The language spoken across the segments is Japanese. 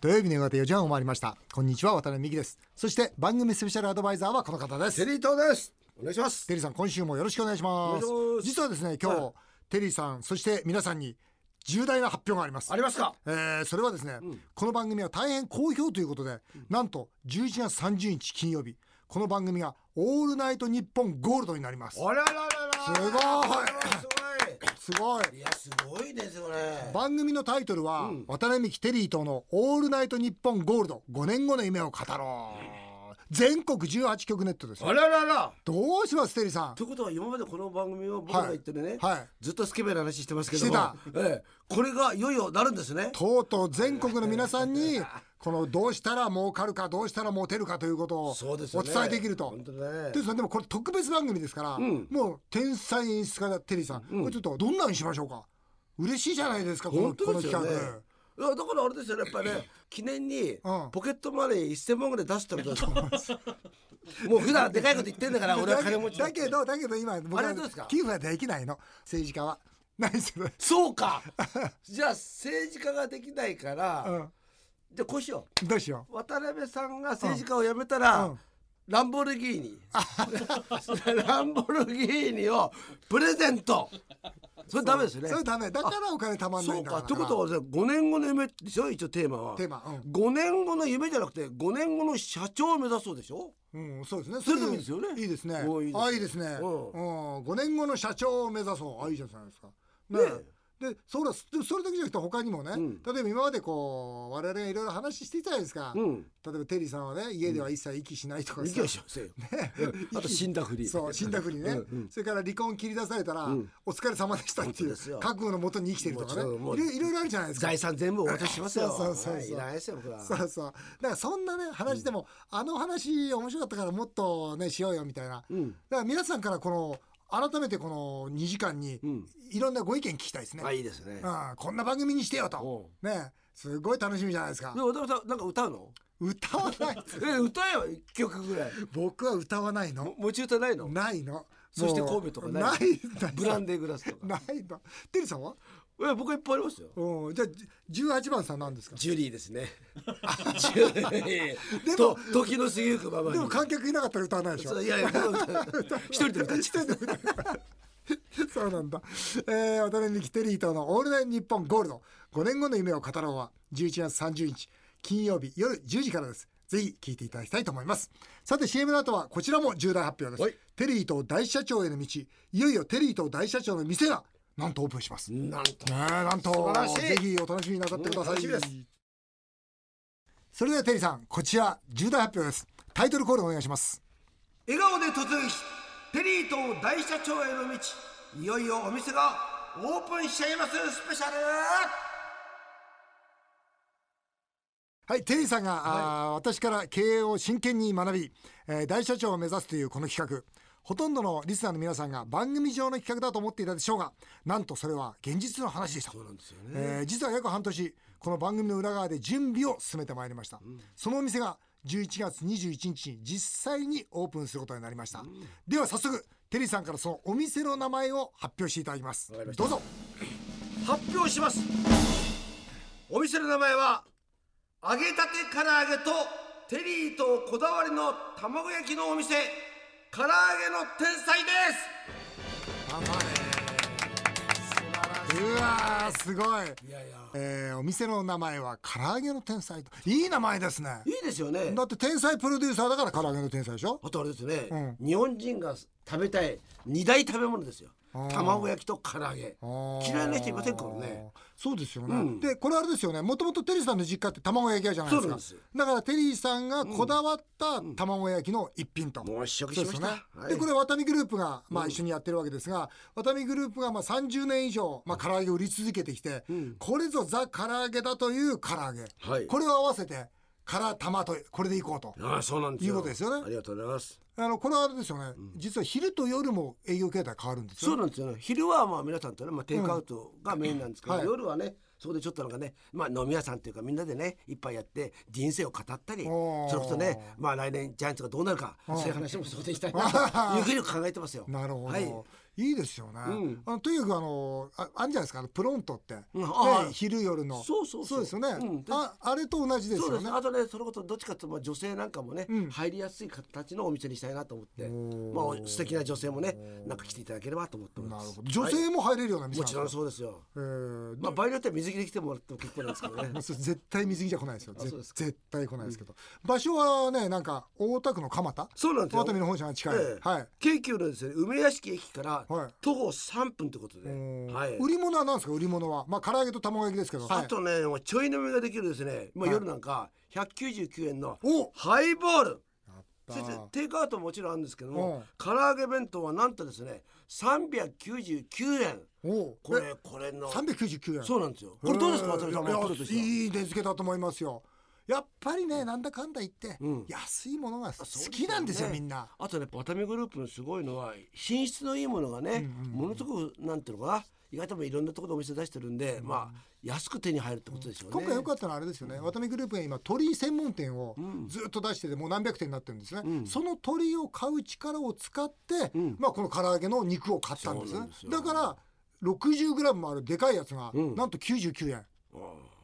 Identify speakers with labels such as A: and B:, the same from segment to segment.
A: 土曜日の夕方4時半を回りましたこんにちは渡辺美希ですそして番組スペシャルアドバイザーはこの方です
B: セリートです。お願いします。
A: テリーさん今週もよろしくお願いします
B: お願いします
A: 実はですね今日、
B: はい
A: テリーさんそして皆さんに重大な発表があります
B: ありますか。
A: えーそれはですね、
B: うん
A: この番組は大変好評ということで、なんと11月30日金曜日この番組が「オールナイトニッポンゴールド」になります
B: あらららら
A: すごいすごい
B: い。いやすごいですこれ。
A: 番組のタイトルは、
B: うん
A: 渡辺美樹テリーとの「オールナイトニッポンゴールド5年後の夢を語ろう」全国18局ネットですよ
B: あららら。
A: どうしますテリーさん
B: ということは今までこの番組を僕が言ってるね、
A: はい
B: ずっとスケベな話してますけども、
A: して
B: ええ、これがいよいよなるんですね。
A: とうとう全国の皆さんにこのどうしたら儲かるかどうしたらモテるかということを
B: そう
A: お
B: ですよね。
A: 伝えできると
B: 本当ね
A: テリー。さんでもこれ特別番組ですから、
B: ん
A: もう天才演出家だテリーさん、これちょっとどんなにしましょうか嬉しいじゃないですかこの,、
B: 本
A: こ
B: 当
A: の
B: です
A: 企
B: よね。
A: 画。
B: いやだからあれですよねやっぱ ね記念に
A: うん
B: ポケットマネー1000万ぐらい出すって ことですよもう普段でかいこと言 ってんだから俺は金持ち
A: だけどだけど今僕
B: あれどうですか
A: 寄付はできないの政治家は 何それ
B: そうかじゃあ政治家ができないから、
A: う
B: じゃあこうしよ
A: んどうしよ
B: う渡辺さんが政治家を辞めたら、
A: うんうん
B: ランボルギーニ ランボルギーニをプレゼントそれダメですよ
A: う
B: ね
A: それダメだからお金たまんない
B: そうん
A: だか
B: からってことはじゃあ5年後の夢でしょ一応テーマは
A: テーマうん
B: 5年後の夢じゃなくて5年後の社長を目指そうでしょ
A: うんそうですね
B: それでもいいですよね
A: いいですね
B: おーいいですね
A: あいいですねう
B: うん
A: ん5年後の社長を目指そうあいいじゃないですかね
B: ね
A: でそれそれだけじゃなくて他にもね、
B: うん
A: 例えば今までこう我々がいろいろ話していたじゃないですか、
B: うん
A: 例えばテリーさんはね家では一切息しないとか
B: い
A: さ
B: きましょうせよ、うんあと死んだふり
A: そう死んだふりね、
B: うんうん
A: それから離婚切り出されたら、
B: うん
A: お疲れ様でしたってい
B: 本当
A: う
B: ですよ
A: 覚悟のもとに生きてるとかね
B: もちろんもう
A: いろいろいろあるじゃないですか
B: 財産全部お渡ししますよ
A: そうそうそうそう
B: はいいらないですよ僕は
A: そうそうだからそんなね話でも、あの話面白かったからもっとねしようよみたいな、
B: うん
A: だから皆さんからこの改めてこの2時間に
B: うん
A: いろんなご意見聞きたいですね、
B: あいいですね
A: うん、こんな番組にしてよとねすごい楽しみじゃない ですか
B: で渡辺さんなんか歌うの
A: 歌わない
B: え歌えよ一曲ぐらい
A: 僕は歌わないの
B: も持ち歌ないの
A: ないの
B: そして
A: もう
B: 神戸とかない
A: ないない
B: ブランデーグラスとか
A: ないのテリーさんは
B: え僕いっぱいありますよ
A: うん、じゃあじ18番さんなんですか
B: ジュリーです ねジュリ
A: でも
B: ーと時の過ぎゆくままに
A: でも観客いなかったら歌わないでしょ
B: そういやいや歌う歌う一人で歌っ ちゃう
A: そうなんだ、えー、渡辺美樹テリーとの「オールナイトニッポンゴールド」5年後の夢を語ろうは11月30日金曜日夜10時からですぜひ聞いていただきたいと思いますさて CM の後はこちらも重大発表です、
B: はい
A: テリーと大社長への道いよいよテリーと大社長の店がなんとオープンしますね
B: なんと
A: えなんと
B: 素晴らしい
A: ぜひお楽しみになさってください、
B: うん楽しみ
A: それではテリーさんこちら重大発表ですタイトルコールお願いします
B: 笑顔で突撃テリーと大社長への道いよいよお店がオープンしちゃいますスペシャル
A: はい、テリーさんが、あー私から経営を真剣に学び、えー大社長を目指すというこの企画ほとんどのリスナーの皆さんが番組上の企画だと思っていたでしょうがなんとそれは現実の話でした、
B: そうなんですよね
A: えー実は約半年この番組の裏側で準備を進めてまいりました、そのお店が11月21日に実際にオープンすることになりました、では早速テリーさんからそのお店の名前を発表していただきます
B: わかりました
A: どうぞ
B: 発表しますお店の名前は揚げたて唐揚げとテリーとこだわりの卵焼きのお店唐揚げの天才です
A: 頑張れうわーすごい
B: いやいや
A: えーお店の名前は唐揚げの天才といい名前ですね
B: いいですよね
A: だって天才プロデューサーだから唐揚げの天才でしょ
B: あとあれですね、
A: う
B: 日本人が食べたい二大食べ物ですよ
A: あー
B: 卵焼きと唐揚げ
A: あー
B: 嫌いな人いませんからね
A: そうですよね、
B: うん
A: でこれあれですよねもともとテリーさんの実家って卵焼き屋じゃないですか
B: そうなんです
A: だからテリーさんがこだわった卵焼きの一品と、
B: もう試食
A: そ
B: し
A: うですよ
B: ました
A: ね、
B: はい
A: でこれワタミグループが、まあ、一緒にやってるわけですが、ワタミグループがまあ30年以上、まあ、唐揚げを売り続けてきて、これぞザ唐揚げだという唐揚げ、
B: はい
A: これを合わせて唐玉とこれでいこうと
B: ああそうなんです
A: い
B: よ
A: うことですよね
B: ありがとうございます
A: あのこれはあれですよね、実は昼と夜も営業形態変わるんです
B: そう
A: よ
B: なんですよね昼はまあ皆さんとね、まあ、テイクアウトがメインなんですけど、
A: はい
B: 夜はねそこでちょっとなんかね、まあ、飲み屋さんっていうかみんなでね一杯やって人生を語ったり
A: おー
B: それこそね、まあ、来年ジャイアンツがどうなるかそういう話もそこでしたいなというふうに考えてます よ。
A: なるほど、、
B: はいい、
A: いいですよね、
B: うん
A: あのとにかくあのああるじゃないですかあのプロントって、
B: うん
A: ね
B: あはい
A: 昼夜の
B: そうそうそう
A: ですよね、
B: うんで
A: ああれと同じです
B: そう
A: よ
B: で
A: ね
B: すあとねそのことどっちかというとまあ女性なんかもね、
A: うん
B: 入りやすい形のお店にしたいなと思ってま
A: おー
B: あ素敵な女性もねなんか来ていただければと思っており
A: な
B: ま
A: る
B: す
A: ほど女
B: は
A: 性も入れるようない店
B: も
A: なんです
B: ち
A: か
B: ろんそうですよ
A: えー
B: まあ場合によっては水着で来てもらっても結構なんですけどね
A: まあそれ絶対 水着じゃ来ないですよ
B: あそうですか
A: 絶対来ないですけど、場所はねなんか大田区の蒲田
B: そうなんですよ
A: 熱海の本社が近い、
B: ええ
A: はい
B: 京急のですね梅屋敷駅から
A: はい
B: 徒歩3分ということで、
A: おー
B: はい
A: 売り物は何ですか売り物はまあ唐揚げと卵焼きですけど、
B: あ
A: はい、
B: とねもうちょい飲みができるですね、まあ、
A: はい
B: 夜なんか199円の
A: おやっ
B: ハイボール
A: た
B: そしてテイクアウトももちろんあるんですけど
A: うん
B: も唐揚げ弁当はなんとですね399円
A: お
B: これこれの
A: 三百九十九円
B: そうなんですよこれどうですか渡
A: えー
B: 辺さん
A: いや
B: もプロとしてはい
A: い値付けだと思いますよやっぱりねなんだかんだ言って、
B: うん
A: 安いものが好
B: そうですよね
A: きなんですよみんな
B: あとねワタミグループのすごいのは品質のいいものがね、
A: うんうん
B: ものすごくなんていうのかな意外ともいろんなところでお店出してるんで、まあ安く手に入るってことですよね、
A: 今回良かったのはあれですよね、ワタミグループが今鳥専門店を
B: ん
A: ずっと出しててもう何百店になってるんですね、
B: うん
A: その鳥を買う力を使って、
B: うん
A: まあこの唐揚げの肉を買ったんです
B: そ
A: ね
B: うなんですよ
A: だから60グラムもあるでかいやつが、
B: うん
A: なんと99円だか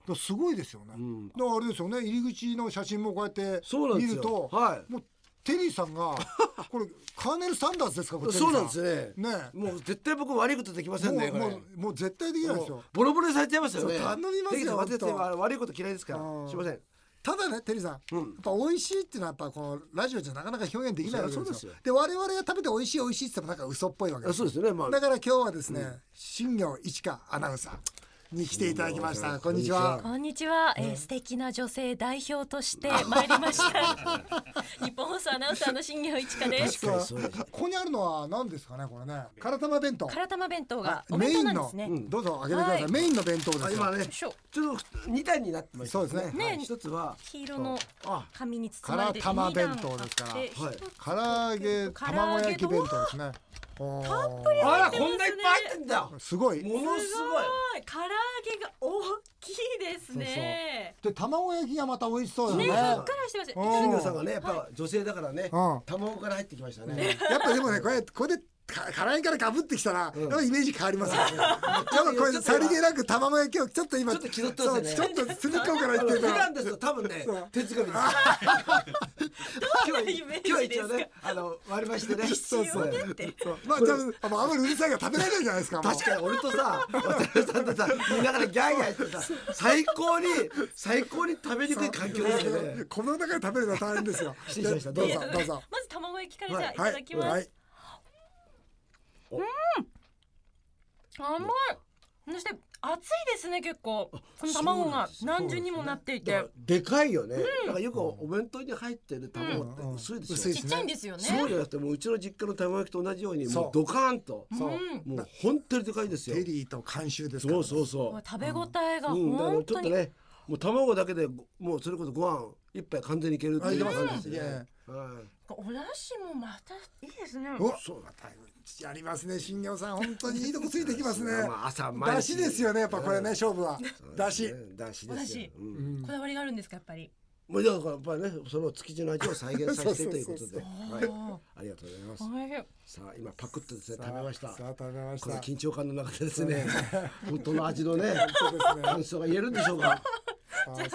B: う
A: らすごいですよね、
B: ん、うん
A: だからあれですよね入り口の写真もこうやって
B: そうなんで
A: 見
B: す
A: る
B: よ
A: と、
B: は
A: もうテリーさんが これカーネル・サンダースですかこれ
B: いそうなんです
A: よ
B: ね
A: ね
B: もう絶対僕悪いことできませんね
A: えもう
B: これ
A: もうもう絶対できないです
B: も
A: よ
B: うボロボロにされちゃいますよね
A: そう頼みますよ
B: ぜ
A: 本
B: ひ
A: 当
B: 私たちは悪いこと嫌いですから
A: うん
B: すいません
A: ただねテリーさん、
B: うん
A: やっぱ美味しいっていうのはやっぱこのラジオじゃなかなか表現できないわけですよ
B: そりゃ
A: で
B: そうですよ
A: 我々が食べて美味しい美味しいって言ってもなんか嘘っぽいわけで
B: あ
A: す
B: そうですよねまあ
A: だから今日はですね、新庄一華アナウンサーに来ていただきましたこんにちは
C: こんにちは、えー素敵な女性代表 として参りました。日本放送アナウンサーの新業一華です。
B: 確かにそうです
A: ここにあるのは何ですかねこれねからたま弁当
C: からたま弁当が
A: あ
C: お
A: メ
C: 弁
A: イ
C: 当
A: ン
C: なんで
A: の
C: すね。
A: どうぞ開けてください、
C: はい
A: メインの弁当ですよ
B: 今ね
C: しょ
B: ちょっと二段になってました
A: そうですね
B: はい
C: ね
B: 一つは
C: 黄色の
B: あ
C: 紙に包まれて
A: からたま弁当ですから
C: 二段あっ
B: は
C: て
A: 唐揚げ
C: 唐
A: 卵
C: 揚げと
A: 焼き弁当ですねたっぷ
B: あらこんないっぱい入ってんだ
A: すごい
B: ものす
C: す
B: ごい
C: ごい唐揚げが大きいですね。
A: で卵焼きがまた美味しそうだね
C: ね、ふっ
A: や
C: くらしてました。
A: うん
B: 新庄さんがねやっぱ女性だからね
A: うん
B: 卵から入ってきましたね
A: っぱでもねこれこれでか唐揚げからかぶってきたら、
B: うん
A: やっぱイメージ変わります よ、ね、やっぱこれさりげなく卵焼きをちょっと今
B: ちょっと気取ってますね
A: そうちょっと隅っこから
B: あ
A: 言っ
B: の
A: てる
B: 普
A: から
B: 段ですと多分ね
A: そう
B: 手づかみです 今日
C: イメージ
B: 今日一応
C: で
B: ねあの割りましてね
C: 一応ねって
B: そう
A: まあじゃあああんまりうるさいから食べられないじゃないですかもう
B: 確かに俺とさ渡辺さんとさ見ながらギャーギャー言ってさ最高に最高に食べにくい環境ですよね
A: この中で食べるのは大変ですよ
B: 失礼しました
A: どう
C: い
A: ぞ
C: や
A: どうぞ
C: まず卵焼きからじゃあい
A: は
C: ただきます。
A: はい
C: 甘いそして熱いですね結構この卵が何重にもなっていて、
B: でかいよねなんかよくお弁当に入ってる卵って
A: うん
B: 薄いで
A: 薄い
B: す
A: で
B: よ
A: す
C: ちっちゃいんですよね
B: そうじゃなくてもううちの実家の卵焼きと同じように
A: そう
B: もうドカーンと
A: そう
B: もう本当にでかいんですよ
A: テリーと監修ですから
B: そうそうそう
C: もう食べ応えが
B: うん、だから
C: 本
B: ちょ
C: 当
B: っと
C: に、
B: ね、もう卵だけでご、もうそれこそご飯一杯完全にいけるっていう感じですね。はい
C: お出汁もまたいいですね
A: おそうだやりますね新庄さん本当にいいとこついてき ますね
B: まあ朝毎
A: だ
B: 日
A: しですよねやっぱこれね
B: うん
A: 勝負はだし
B: だしですよ
C: だし。
B: うん
A: うん
C: こだわりがあるんですかやっぱり
B: もうだからやっぱりね、その築地の味を再現させてというこ
A: そうそ
B: と
A: う
B: で、
C: そう
B: はい
C: そうあー、
B: ありがとうございます
C: お。いしい
B: さあ今パクッとですね
A: さあ
B: 食べました。
A: さあ食べまし
B: この
A: た
B: 緊張感の中でですね、本当の味 のね、
A: そうですね
B: 感想が言えるんでしょうか。
A: さ
C: ただ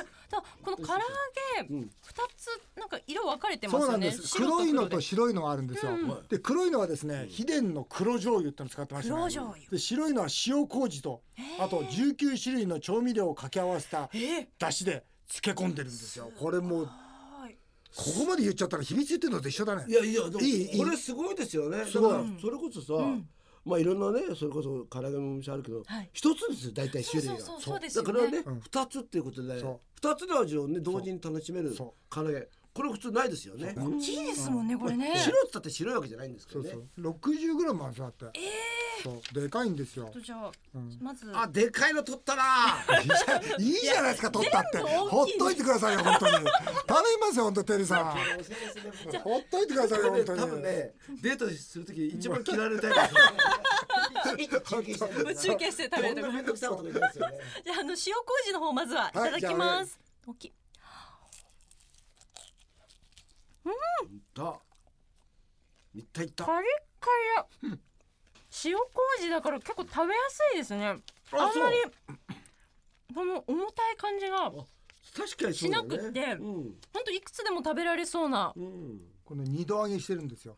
C: この唐揚げ
B: うん
C: 二つなんか色分かれて
A: あ
C: ます
A: そうな
C: よ
A: んで
C: ね
A: す黒いのと
C: 白
A: 白いのがあるんですよ
B: ん
A: で黒いのはですね秘伝の黒醤油ってのを使ってましたね
C: 黒醤油
A: で白いのは塩麹とあと19種類の調味料を掛け合わせた
C: と黒でえ
A: だしで漬け込んでるんですよこれもう
C: ーはい
A: ここまで言っちゃったら秘密言ってるのと一緒だね
B: いやいや、でも
A: いいいい
B: これすごいですよね。だから
A: すごい
B: それこそさ、まあいろんなね、それこそ唐揚げのお店あるけど
C: はい、
B: 一、つですよ、大体種類が。
C: そうそうそうそうです
B: だ
C: よ
B: か
C: ね
B: らね
A: うん、
B: 二、つっていうことで
A: そ、
B: 二つの味をね同時に楽しめる
A: そ
B: 唐揚げ。これ普通ないですよね。うん
C: いいですもんねこれね
B: 白っつったって白いわけじゃないんですけ
A: そ
B: ど
A: う
B: ね。
A: そう六十グラムあるんですよだってええそうでかいんですよ
C: とじゃあ
A: ん
C: まず
B: あ、でかいの取ったな。
A: いいじゃないですか取ったって
C: 全部大きい
A: ほっといてくださいよ本当に頼みますよ本当テリーさん ほっといてくださいよ
B: こ
A: 本
B: れね
A: 当に
B: 多分ね、デートするとき一番嫌われるタイプですよね。 中継してるんだよな
C: 中継して食べる
B: こん
C: とこ
B: なめんどくさいことないですよね。
C: じゃああの塩麹の方まずはいただきます、大きい
B: だ。いったいった。
C: カリッカリだ
D: 塩麹だから結構食べやすいですねあんま
B: そう
D: りこの重たい感じがほん
B: 確かにそうだよね
D: しなくて
B: うん
D: といくつでも食べられそうな
B: うん
A: この二度揚げしてるんですよ。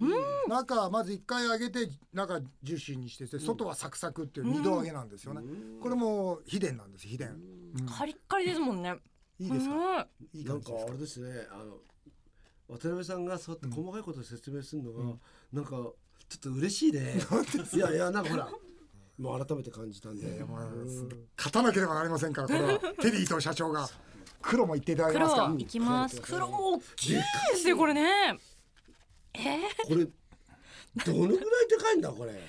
A: 中はまず一回揚げて中ジューシーにしてて外はサクサクっていう二度揚げなんですよね。これも秘伝なんです秘伝。うん
D: カリッカリですもんね
A: いいですか。
D: ごい
A: いい
B: な
A: 感
B: ん
A: じ
B: か
A: です
B: あ
A: か
B: れ。ですねあの渡辺さんがそうやって細かいことを説明するのが、なんかちょっと嬉しいねいやいやなんかほらもう改めて感じたんで
A: まあ勝たなければなりませんからこれはテリーと社長が黒も言っていただけますか
D: 黒いきます
B: 黒
D: 黒大きいですねこれね
B: これどのぐらいでかいんだこれ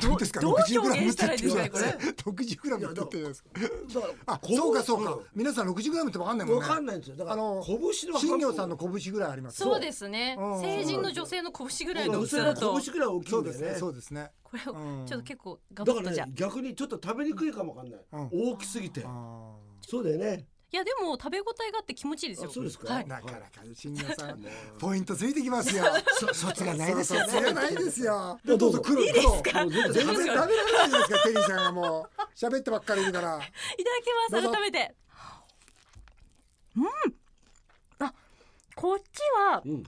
A: どうですか
D: どう
A: 六十グラ
D: 表現
A: ムっ
D: したら
A: て
D: いいですかねこれ
A: 六十グラムって言ってるじゃないですか
B: だから
A: あそうかそうか
B: こ
A: 皆さん六十グラムってわかんないもん
B: わ
A: ね
B: かんないんですよだか
A: あ
B: ら
A: の
B: 拳の
A: 新庄さんの拳ぐらいあります
D: そうですね
A: うん
D: 成人の女性の拳ぐらいの
B: の
D: 大き
B: 薄
D: さだと
B: 拳ぐらい大きい
A: そ
B: ん
A: うで
B: だよ
A: すね
B: ね
A: そうですね
D: これを
A: うん
D: ちょっと結構ガバ
B: だか
D: ッとじゃ
B: ら
D: あ
B: ね逆にちょっと食べにくいかもわかんない、
A: うん
B: 大きすぎて
A: あ
B: そうだよね
D: いやでも食べ応えがあって気持ちいいですよ
B: あそうですか
D: は
A: ー
D: い
A: なかなか新庄さんポイントついてきますよ
B: 卒
A: がないですよ卒がないですよ
B: どうぞ
A: 黒いですか
B: もう全然
A: 全然食べられないじゃないですかテリーさんがもう喋ってばっかりいるか
D: い
A: ら
D: ただき
A: ど
D: ます
A: うぞ
D: 改めてうんあこっちは
B: うん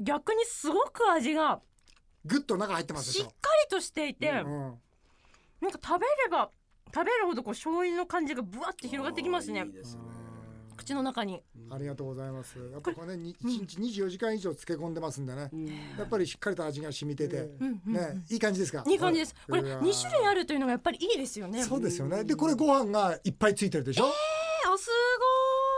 D: 逆にすごく味が
A: グッと中入ってますで
D: し
A: し
D: っか
A: ょ
D: りとしていて、
A: うん
D: なんか食べれば食べるほどこう醤油の感じがぶわって広がってきますね
B: いいですね
D: 口の中に
A: ありがとうございます。やっぱこれね、一日二十四時間以上漬け込んでますんでね。やっぱりしっかりと味が染みてて、ね、いい感じですか。
D: いい感じです、
A: はい
D: これ二種類あるというのがやっぱりいいですよね
A: そうですよね。で、これご飯がいっぱいついてるでしょ。
D: えーあす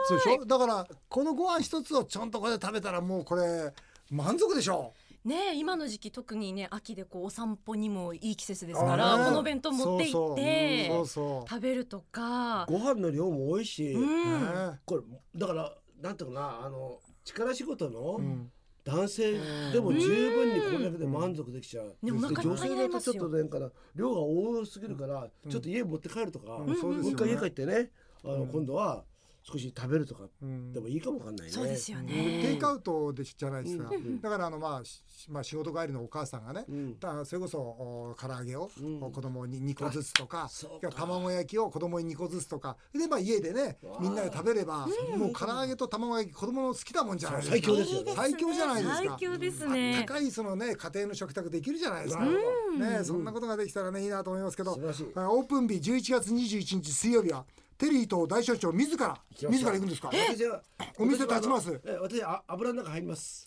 A: そうでしょ。だからこのご飯一つをちゃんとこれで食べたらもうこれ満足でしょ。
D: ごいねえ今の時期特にね秋でこうお散歩にもいい季節です
A: あ
D: か
A: ね
D: らこの弁当持って行って
A: そうそう。
D: 食べるとか
B: ご飯の量も多いし、
D: うん
A: ね
B: これだからなんていうかなあの力仕事の
A: ん
B: 男性でも十分にこれだけで満足できちゃう、
D: ねお腹いっ
B: 女
D: ぱい
B: 性
D: にな
B: だ
D: り
B: と
D: ますよ
B: ちょっとなんかな量が多すぎるから、ちょっと家持って帰るとか、
A: うんそうですよ
B: もう一
A: ね
B: 回家帰ってねあの、今度は少し食べるとか
A: うん
B: でもいいかもわかんないね。
D: そうですよね
A: テイクアウトでじゃないですか。だからあのまあしまあ仕事帰りのお母さんがね、
B: ん
A: だそれこそお唐揚げを
B: ん
A: お子供に2個ずつとか
B: そう、か
A: いや卵焼きを子供に2個ずつとか、でまあ家でね
B: わあ
A: みんなで食べればもう唐揚げと卵焼き子供の好きだもんじゃないですか。
B: 最強ですよね
A: 最強じゃないですか。
D: 最強です
A: あ
D: ね
A: 高いそのね家庭の食卓できるじゃないですか。
B: なる
A: ねそんなことができたらねいいなと思いますけど、
B: 素晴らしい
A: あオープン日11月21日水曜日はテリーと大所長自ら
B: きまし
A: 自
B: た
A: ら行くんですか。
B: 私は
A: お店立ちます
B: 私はあのえ私あ油の中入ります。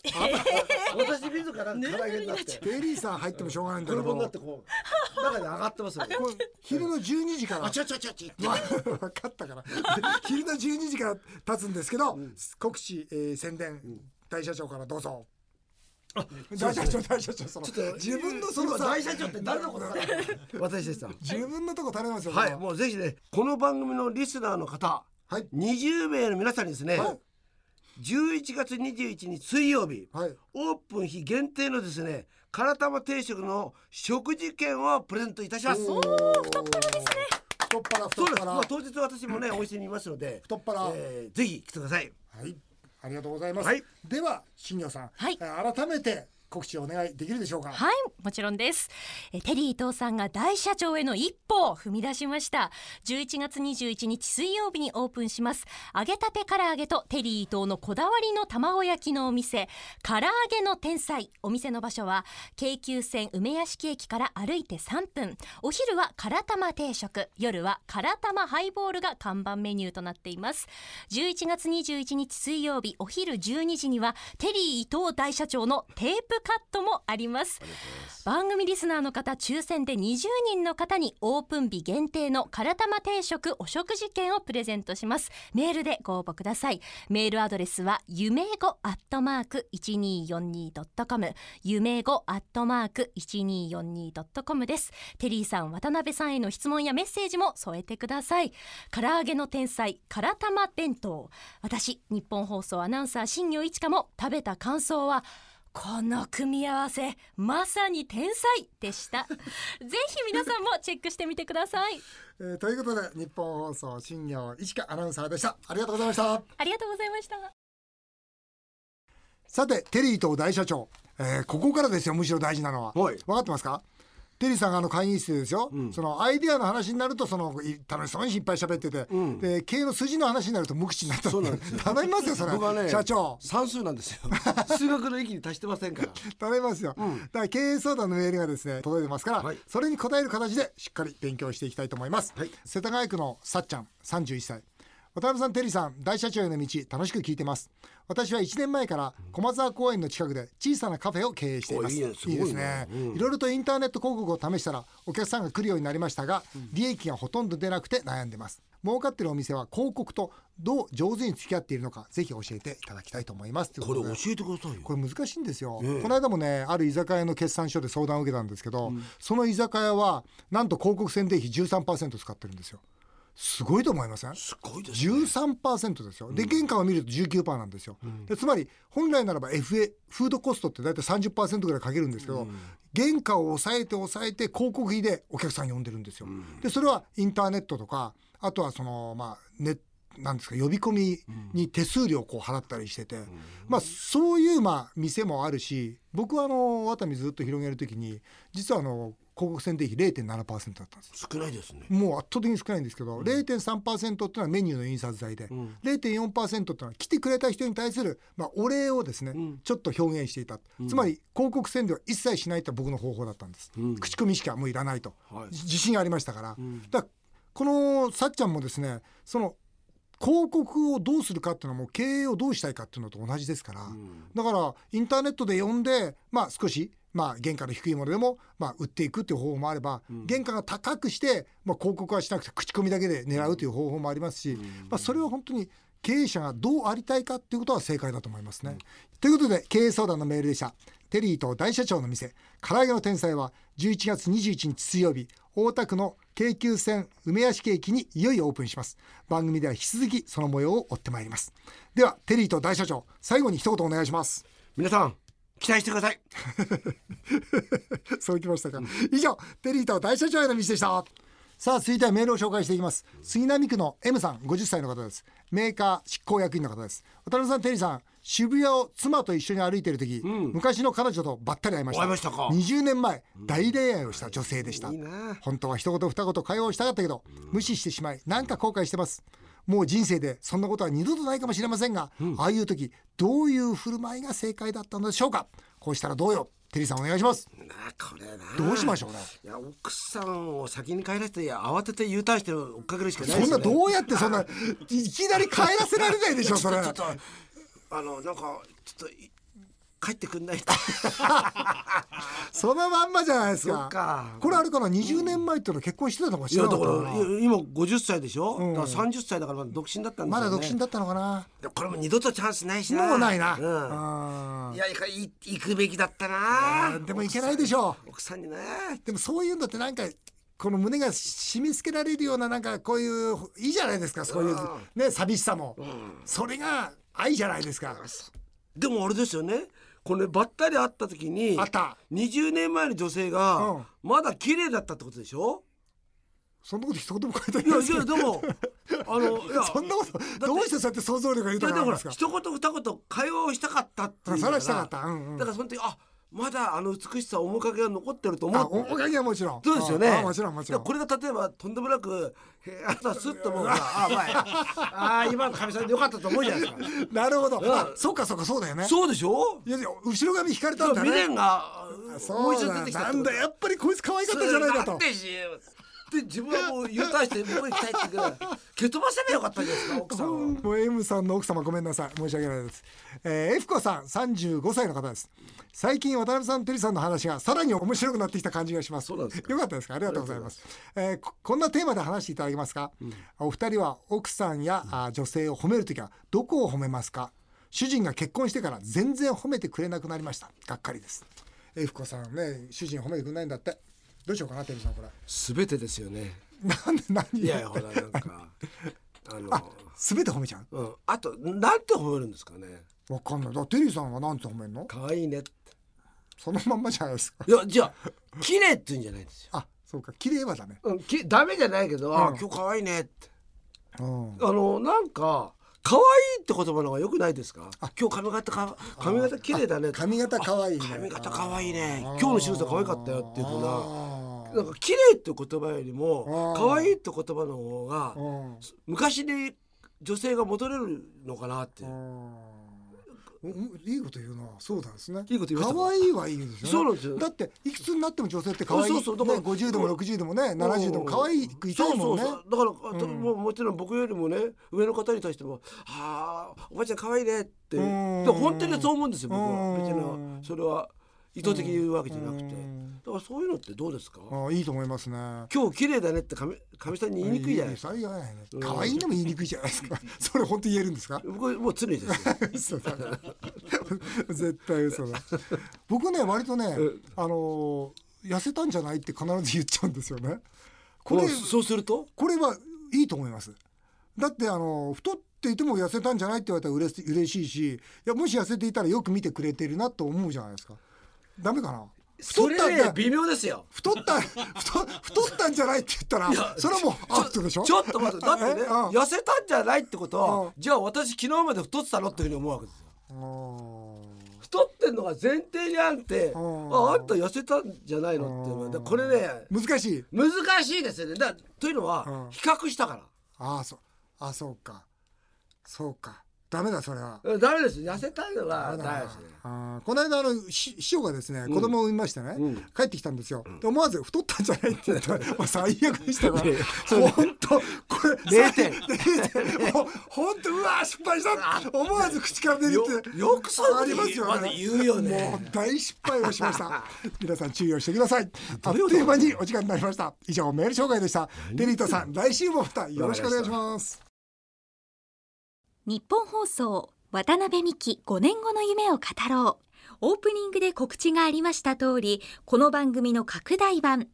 B: 私自ら唐揚げにな って
A: テリーさん入ってもしょうがないんだけ
B: 衣に
A: ど
B: なっ。てこう中で上がってますよね。
A: こう昼の12時から
B: あちゃちゃちゃち ゃ。
A: わ分かったから昼の12時から経つんですけど、告知、えー宣伝、大社長からどうぞ大社長大社長その自分のその
B: 今
A: さ
B: 大社長って誰のことだ。私でした。
A: 自分のとこ頼みますよ、
B: はい、
A: これは
B: もうぜひね、この番組のリスナーの方、
A: はい
B: 20名の皆さんにですね、
A: はい
B: 11月21日水曜日、
A: はい
B: オープン日限定のですね、唐玉定食の食事券をプレゼントいたします。
A: お
B: そ
A: ー太っ腹ですね太っ腹太
B: う
A: っ
B: です。
A: 腹
B: まあ当日私もね、お店にいますので、
A: 太っ腹
B: えーぜひ来てください。
A: はいありがとうございます、
B: はい
A: では新庄さん、
C: はい
A: えー改めて告知をお願いできるでしょうか
C: はい、もちろんです。えテリー伊藤さんが大社長への一歩を踏み出しました。11月21日水曜日にオープンします。揚げたて唐揚げとテリー伊藤のこだわりの卵焼きのお店、唐揚げの天才。お店の場所は、京急線梅屋敷駅から歩いて3分。お昼は唐玉定食、夜は唐玉ハイボールが看板メニューとなっています。11月21日水曜日お昼12時には、テリー伊藤大社長のテープカットもあります。番組リスナーの方抽選で20人の方にオープン日限定のからたま定食お食事券をプレゼントしますメールでご応募くださいメールアドレスは夢語アットマーク 1242.com 夢語アットマーク 1242.com ですテリーさん渡辺さんへの質問やメッセージも添えてください唐揚げの天才からたま弁当私日本放送アナウンサー新業一華も食べた感想はこの組み合わせまさに天才でしたぜひ皆さんもチェックしてみてください
A: えーということで日本放送新庄一華アナウンサーでしたありがとうございました
C: ありがとうございました
A: さてテリーと大社長、えーここからですよむしろ大事なのは、
B: はい
A: 分かってますかテリーさんがあの会議室でですよ、
B: うん
A: そのアイデアの話になるとそのい楽しそうにいっぱい喋ってて、
B: うん
A: で経営の筋の話になると無口になったって
B: そうなんですよ
A: 頼みますよそれ
B: 僕はね
A: 社長
B: 算数なん ですよ数学の域に達してませんから
A: 頼みますよ、
B: うん
A: だから経営相談のメールがですね届いてますから、
B: はい
A: それに答える形でしっかり勉強していきたいと思います、
B: はい
A: 世田谷区のさっちゃん31歳渡辺さんテリーさん大社長への道楽しく聞いてます私は1年前から小松沢公園の近くで小さなカフェを経営しています
B: おいいねすごいね
A: ですね、
B: うん
A: いろいろとインターネット広告を試したらお客さんが来るようになりましたが、利益がほとんど出なくて悩んでます儲かってるお店は広告とどう上手に付き合っているのかぜひ教えていただきたいと思いますという
B: ことれ
A: で
B: 教えてくださいよ
A: これ難しいんですよ、
B: ねえ
A: この間もねある居酒屋の決算書で相談を受けたんですけど、その居酒屋はなんと広告宣伝費13%使ってるんですよすごいと思いません
B: すごいですね
A: 13%ですよで原価を見ると19%なんですよ、でつまり本来ならば FA フードコストって大体30%ぐらいかけるんですけど、原価を抑えて抑えて広告費でお客さん呼んでるんですよ、でそれはインターネットとかあとはそのまあネットなんですか呼び込みに手数料をこう払ったりしてて、まあ、そういうまあ店もあるし僕はあのワタミずっと広げるときに実はあの広告宣伝費0.7%だったんです
B: 少ないですね
A: もう圧倒的に少ないんですけど、0.3%っていうのはメニューの印刷代で、0.4%っていうのは来てくれた人に対する、まあ、お礼をですね、ちょっと表現していた、つまり広告宣伝は一切しないと僕の方法だったんです、口コミしかもういらないと、
B: はい
A: 自信ありましたから、だからこのさっちゃんもですねその広告をどうするかっていうのはもう経営をどうしたいかっていうのと同じですから、だからインターネットで読んで、まあ、少し、まあ、原価の低いものでも、まあ、売っていくっていう方法もあれば、原価が高くして、まあ、広告はしなくて口コミだけで狙うという方法もありますし、まあ、それは本当に経営者がどうありたいかっていうことは正解だと思いますね。ということで経営相談のメールでした。テリーと大社長の店唐揚げの天才は11月21日水曜日大田区の京急線梅屋敷駅にいよいよオープンします番組では引き続きその模様を追ってまいりますではテリーと大社長最後に一言お願いします
B: 皆さん期待してください
A: そうきましたか、以上テリーと大社長への道でしたさあ続いてはメールを紹介していきます杉並区の M さん50歳の方ですメーカー執行役員の方です渡辺さんテリーさん渋谷を妻と一緒に歩いている時、昔の彼女とばったり会いました
B: 会いましたか
A: 20年前大恋愛をした女性でした、
B: いいな
A: 本当は一言二言会話をしたかったけど無視してしまいなんか後悔してますもう人生でそんなことは二度とないかもしれませんが、ああいう時どういう振る舞いが正解だったのでしょうかこうしたらどうよテリーさんお願いします
B: なこれな
A: どうしましょうね
B: いや奥さんを先に帰らせていや慌てて U ターンして追っかけるしかない
A: そ
B: で
A: ん
B: すよ
A: な
B: ね
A: どうやってそんないきなり帰らせられないでしょそれ
B: ちょっとちょっとあのなんかちょっとい帰ってくんないって
A: そのまんまじゃないです
B: そ
A: か
B: っか
A: これあれかな20年前っていうのは結婚してたのかし
B: い
A: ら
B: や
A: な
B: だ
A: かっ
B: か
A: た
B: ら
A: のかない
B: や今50歳でしょ、だから30歳だからまだ独身だったんで
A: ま
B: すよ、ね、
A: だ独身だったのかな
B: でもこれも二度とチャンスないしな
A: もうないな、
B: うん
A: うん
B: いやいかい行くべきだったな
A: でもいけないでしょう
B: 奥さんにね
A: でもそういうのってなんかこの胸が締め付けられるようななんかこういういいじゃないですかそういうね寂しさも、それが愛じゃないですか、
B: でもあれですよねこればったり会った時に
A: 会った
B: 20年前の女性がまだ綺麗だったってことでしょ、
A: そんなこと一言も書いて
B: い
A: な
B: や
A: いで
B: い
A: すけ
B: や
A: ど
B: でもあの いや
A: そんなことどうしてそうやって想像力が
B: いや
A: 豊
B: で
A: か
B: も
A: なんで
B: ほら
A: すか
B: 一言二言会話をしたかったっていう
A: それ
B: か
A: は
B: ら
A: したかった、うんうん、
B: だからその時あまだあの美しさ面影が残ってると
A: あ
B: 思
A: お
B: う
A: おかげはもちろん
B: そうですよね
A: ああもちろんもちろん
B: だからこれが例えばとんでもなくへあと はスッともうああお前 ああ今の神さんでよかったと思うじゃないですか
A: なるほど、
B: ん
A: あそうかそうかそうだよね
B: そうでしょ
A: いやいや後ろ髪引かれたんだ
B: 未
A: ね
B: 練が
A: そ
B: もう一
A: う
B: 度出
A: だ
B: てきた
A: な
B: って
A: ん
B: こと
A: だやっぱりこいつ可愛かったじゃないかと
B: ってしで自分はもう U ターンして向こうに行きたい って言うから蹴飛ばせばよかったじゃないですか奥さんを
A: もう M さんの奥様ごめんなさい申し訳ないです、えー、F 子さん35歳の方です最近渡辺さんテリーさんの話がさらに面白くなってきた感じがします
B: そうなんですか
A: よかったですかありがとうございますえーここんなテーマで話していただけますか、お二人は奥さんや、あ女性を褒めるときはどこを褒めますか主人が結婚してから全然褒めてくれなくなりましたがっかりです F 子さんね主人褒めてくれないんだってどうしようかなテリーさんこれ
B: 全てですよね
A: なんで何
B: いやいやほらなんか あの
A: 全て褒めちゃう
B: うんあとなんて褒めるんですかね
A: わかんないだからテリーさんはなんて褒めんの
B: 可愛いねって
A: そのまんまじゃないですか
B: いやじゃあ綺麗って言うんじゃないんですよ
A: あそうか綺麗はダメ
B: うんきダメじゃないけどあ今日可愛いねって
A: うん
B: あのなんか可愛いって言葉の方が良くないですか今日髪型か髪型綺麗だねって
A: 髪型可愛いね
B: 髪型可愛いね今日の仕草可愛かったよっていうふうな
A: の
B: なんか綺麗って言葉よりも
A: あー
B: 可愛いって言葉の方が
A: うん
B: 昔で女性が戻れるのかなって。
A: うんいいこと言うなそうなんですね
B: いいこと言いましたか
A: 可愛いはいいですよね
B: そうなんですよ
A: だっていくつになっても女性って可愛い
B: そうそうだから
A: ね、50でも60でもね70でも可愛いくいた
B: そ
A: いうもん
B: そう
A: ね
B: そうだから、あと
A: うん
B: もうもちろん僕よりもね上の方に対しても「ああおばあちゃん可愛いね」ってで
A: うん
B: 本当にそう思うんですよ僕は
A: うん
B: 別にそれは意図的に言うわけじゃなくてだ
A: うん
B: からそういうのってどうですか
A: ああいいと思いますね
B: 今日綺麗だねってかみかみさんに言いにくいじゃないですか
A: かいやいやいや
B: うん
A: 可愛いのも言いにくいじゃないですかそれ本当に言えるんですか
B: 僕もう常にです
A: 嘘
B: よ
A: だ絶対嘘だ僕ね割とね
B: うん
A: あのー痩せたんじゃないって必ず言っちゃうんですよねこれ
B: もうそうすると
A: これはいいと思いますだってあの太っていても痩せたんじゃないって言われたらうれし嬉しいしいやもし痩せていたらよく見てくれてるなと思うじゃないですかダメかな太
B: そ
A: ったん
B: れね
A: だ
B: 微妙ですよ
A: 太った太太ったんじゃないって言ったらそれはもうアウトでしょ
B: ちょっと 待ってだってね
A: えうん
B: 痩せたんじゃないってこと
A: うん
B: はじゃあ私昨日まで太ってたのっていうふうに思うわけですよ
A: あー
B: 太ってんのが前提にあって、
A: うん
B: ああんた痩せたんじゃないのっていうのはだからこれね
A: 難しい
B: 難しいですよねだというの
A: う
B: は
A: ん
B: 比較したか
A: ああそうあそうかそうかダメだそれは
B: ら、ダメです痩せたいの
A: あ
B: は
A: ら
B: ダメですね
A: あーこの間あのし師匠がですね
B: ん
A: 子供を産みましてね、
B: うん
A: 帰ってきたんですよ、で思わず太ったんじゃないって言っ たらもう最悪でしたから
B: ね
A: 本当これ
B: 0点
A: 0点もう本当うわー失敗した思わず口から出るって
B: よよくそういうこと
A: ありますよね
B: まず言うよね
A: もう大失敗をしました 皆さん注意をしてくださいあっという間にお時間になりました以上メール紹介でしたデリートさん来週もまたよろしくお願いします
C: 日本放送渡辺美希5年後の夢を語ろうオープニングで告知がありました通りこの番組の拡大版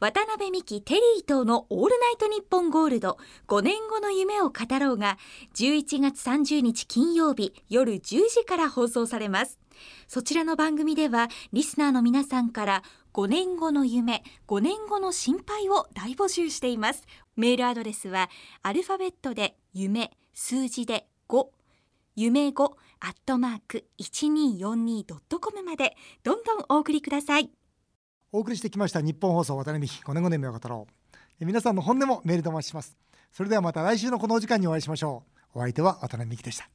C: 渡辺美希テリー等のオールナイトニッポンゴールド5年後の夢を語ろうが11月30日金曜日夜10時から放送されますそちらの番組ではリスナーの皆さんから5年後の夢5年後の心配を大募集していますメールアドレスはアルファベットで夢数字で5夢5アットマーク 1242.com までどんどんお送りください
A: お送りしてきました日本放送渡辺美希5年5年目を語ろうえ皆さんの本音もメールでお待ちしますそれではまた来週のこのお時間にお会いしましょうお相手は渡辺美希でした